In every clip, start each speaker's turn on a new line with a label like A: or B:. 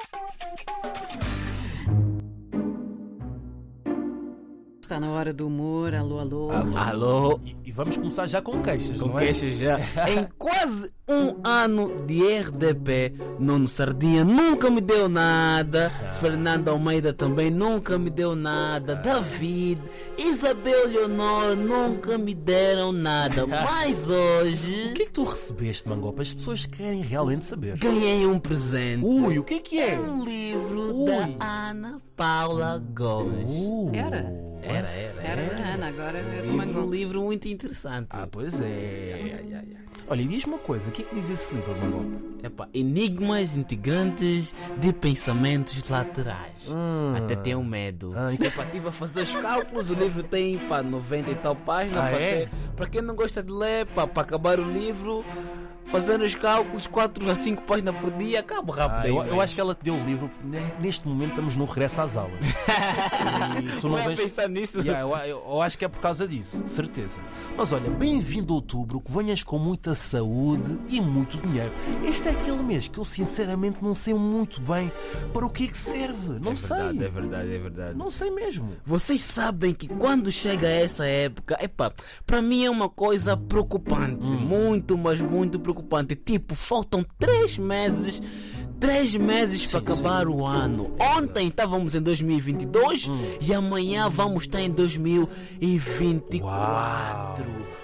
A: Está Tá na hora do humor. Alô, alô.
B: Ah, Alô,
C: E, e vamos começar já com queixas,
B: com
C: não é?
B: queixas já. Em quase um ano de RDP, Nuno Sardinha nunca me deu nada, Fernando Almeida também nunca me deu nada, David, Isabel Leonor nunca me deram nada, mas hoje
C: O que é que tu recebeste, Mangopa? As pessoas querem realmente saber.
B: ganhei um presente.
C: Ui, o que é que é?
B: Um livro
C: Ui.
B: da Ana Paula Gomes.
C: Uh,
A: Era.
B: Era, era,
A: Era da Ana, agora é do
B: Um
A: Mango.
B: livro muito interessante.
C: Ah, pois é. Olha, e diz-me uma coisa, o que é que diz esse livro, Mangopa?
B: Epá, enigmas integrantes de pensamentos laterais.
C: Ah.
B: Até tenho medo.
C: Ah, então-
B: Epá, estive a fazer os cálculos, o livro tem pá, 90 e tal páginas.
C: Ah,
B: para
C: é?
B: Para quem não gosta de ler, pá, para acabar o livro, fazendo os cálculos, 4 a 5 páginas por dia, acabo rápido.
C: Ah,
B: aí,
C: eu,
B: mas-
C: eu acho que ela te deu o livro, porque ne- neste momento estamos no regresso às aulas. E tu
B: não
C: não
B: é
C: vens...
B: pensar nisso.
C: Yeah, eu, eu- eu acho que é por causa disso, de certeza. Mas olha, bem-vindo a outubro, que venhas com muita saúde e muito dinheiro. Este é aquele mês que eu sinceramente não sei muito bem para o que é que serve. Não
B: é verdade,
C: sei.
B: é verdade, é verdade.
C: Não sei mesmo.
B: Vocês sabem que quando chega essa época, epá, para mim é uma coisa preocupante,
C: Hum.
B: muito, mas muito preocupante. Tipo, faltam três meses, três meses para acabar o ano. Ontem estávamos em 2022
C: Hum.
B: e amanhã vamos estar em 2024.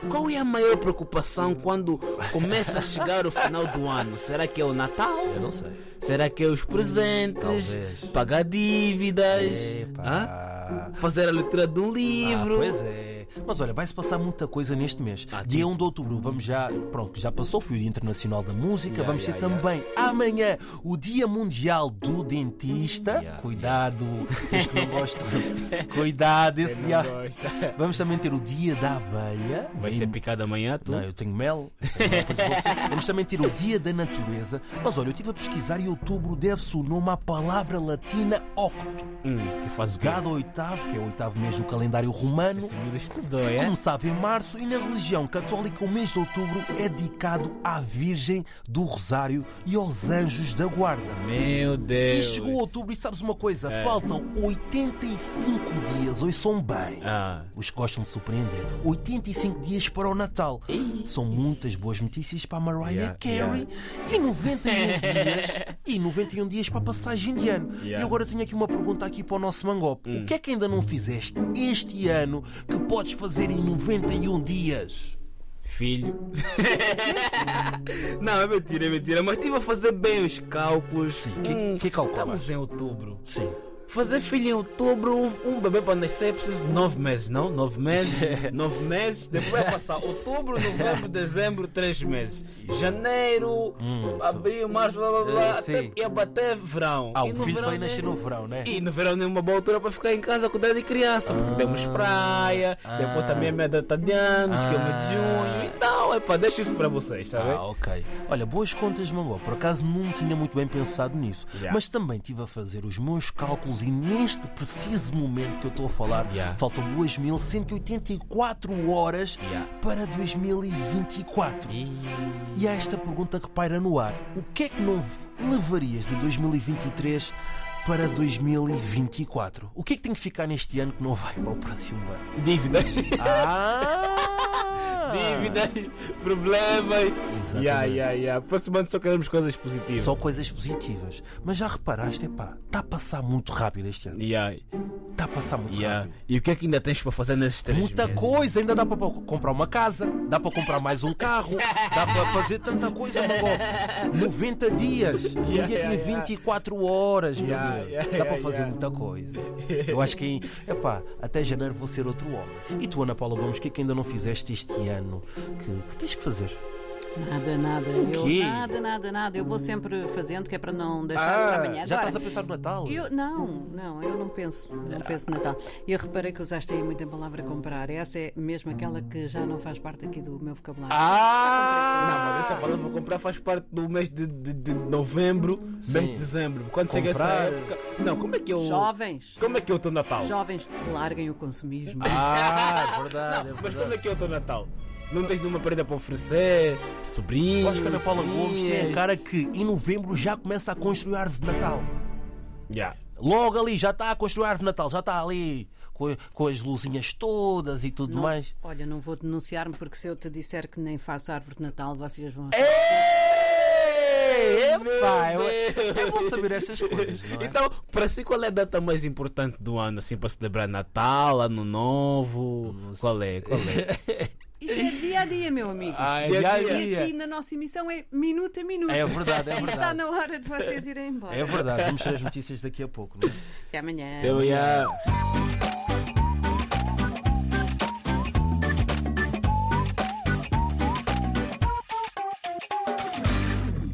B: Qual é a maior preocupação quando começa a chegar o final do ano? Será que é o Natal?
C: Eu não sei.
B: Será que é os presentes?
C: Talvez.
B: Pagar dívidas? Hã?
C: Epá.
B: fazer a leitura de um
C: Ah,
B: livro.
C: pois é. Mas olha, vai-se passar muita coisa neste mês.
B: Ah,
C: dia 1 de outubro, vamos já. Pronto, já passou, foi o Dia Internacional da Música.
B: Yeah,
C: vamos ter
B: yeah,
C: também amanhã o Dia Mundial do Dentista.
B: Yeah,
C: Cuidado, os que não gostam. Cuidado, esse dia.
B: é,
C: Vamos também ter o Dia da Abelha.
B: Vai
C: Nem-
B: ser picado amanhã, tu?
C: Não, eu tenho mel. eu tenho mel, pois vou ser. Vamos também ter o Dia da Natureza. Mas olha, eu estive a pesquisar e outubro deve-se o nome à palavra latina octo.
B: Hum, que faz o quê?
C: Gado oitavo, que é o oitavo mês do calendário romano.
B: Esse miúdo estudou, é?
C: Começava em março e na religião católica o mês de outubro é dedicado à Virgem do Rosário e aos anjos da guarda.
B: Meu
C: E
B: Deus.
C: chegou outubro e sabes uma coisa?
B: É.
C: Faltam 85 dias, hoje são bem.
B: Ah,
C: Os que gostam de surpreender. 85 dias para o Natal. São muitas boas notícias para a Mariah
B: Yeah,
C: Carey. E 91 dias. E 91 dias para a passagem de ano.
B: Yeah. Hum.
C: E agora tenho aqui uma pergunta aqui para o nosso Mangop. O que é que ainda não fizeste este ano que podes fazer em 91 dias?
B: filho. não, é mentira, é mentira. Mas estive a fazer bem os cálculos. Hum.
C: Sim, que- que calculas?
B: Estamos em outubro.
C: Sim.
B: Fazer filho em outubro, um- um bebê para nascer, preciso de nove meses, não? Nove meses, nove meses, depois vai passar outubro, novembro, dezembro, três meses. Janeiro, abril, março, blá blá blá,
C: Hum, Eh,
B: até
C: sim.
B: ia bater verão.
C: Ah,
B: E
C: o
B: no
C: filho
B: verão
C: vai
B: nem-
C: nascer no verão, né?
B: E no verão nem uma boa altura para ficar em casa cuidar de criança, porque temos praia, depois
C: ah.
B: também a minha data de anos, que é uma de
C: Ah.
B: junho, então, é pá, deixa isso para vocês, tá
C: Ah,
B: bem?
C: ok. Olha, boas contas, Mangó. Por acaso não tinha muito bem pensado nisso.
B: Yeah.
C: Mas também estive a fazer os meus cálculos e neste preciso momento que eu estou a falar,
B: Yeah.
C: faltam 2.184 horas
B: Yeah.
C: para 2024. E há esta pergunta que paira no ar: o que é que não levarias de 2023 para 2024? O que é que tem que ficar neste ano que não vai para o próximo ano?
B: Dívidas,
C: Ah!
B: dívidas, problemas.
C: Exatamente.
B: Ya, ya, ya. Para semana só queremos coisas positivas.
C: Só coisas positivas. Mas já reparaste, epá, está a passar muito rápido este ano.
B: Ya,
C: Está a passar muito
B: ya.
C: rápido.
B: E o que é que ainda tens para fazer nesses três
C: Muita
B: meses?
C: coisa, ainda dá para comprar uma casa, dá para comprar mais um carro, dá para fazer tanta coisa, meu bom. 90 dias, um
B: Yeah,
C: dia tem
B: yeah, yeah.
C: 24 horas, meu
B: Yeah,
C: Deus.
B: yeah,
C: Dá para
B: yeah,
C: fazer
B: yeah.
C: muita coisa. Eu acho que, em- epá, até janeiro vou ser outro homem. E tu, Ana Paula Gomes, o que é que ainda não fizeste este ano? Que, que tens que fazer?
A: Nada, nada.
C: O quê?
A: Eu, nada, nada, nada. Eu vou sempre fazendo, que é para não deixar
B: Ah,
A: para amanhã.
C: Ah, já
A: Agora,
C: estás a pensar no Natal?
A: Eu, não, não, eu não penso.
B: Ah.
A: Não penso no Natal. E eu reparei que usaste aí muita palavra comprar. Essa é mesmo aquela que já não faz parte aqui do meu vocabulário.
C: Ah!
B: Não, mas é- essa palavra vou comprar faz parte do mês de, de- de novembro, mês
C: Sim.
B: de dezembro. Quando chega essa
C: Comprar.
B: época. Não, como é que eu.
A: Jovens,
B: Como é que eu estou Natal?
A: jovens, larguem o consumismo.
C: Ah, é verdade, é
B: Mas
C: verdade.
B: como é que eu estou Natal? Não tens nenhuma prenda para oferecer? Sobrinho.
C: Eu acho que a Ana Paula Gomes tem a cara que em novembro já começa a tá construir a árvore de Natal. Logo ali, já está a construir a árvore de Natal, já está ali com, com as luzinhas todas e tudo mais.
A: Olha, não vou denunciar-me porque se eu te disser que nem faço árvore de Natal, vocês vão.
C: É. Ei! Epá,
D: Meu
C: eu,
D: Deus!
C: eu vou saber estas coisas, não
A: tá
C: é?
D: Então, para si, qual é a data mais importante do ano? Assim, para celebrar Natal, Ano Novo? Qual é? Qual é?
A: Isto é dia a dia, meu amigo.
C: Ah, é
D: dia a
A: e aqui tá
C: dia.
A: na nossa emissão é minuto a minuto.
C: É verdade, é
A: E Está
C: verdade.
A: na hora de vocês irem embora.
C: É verdade, vamos ter as notícias daqui a pouco, não é?
A: Até amanhã.
D: Então, yeah.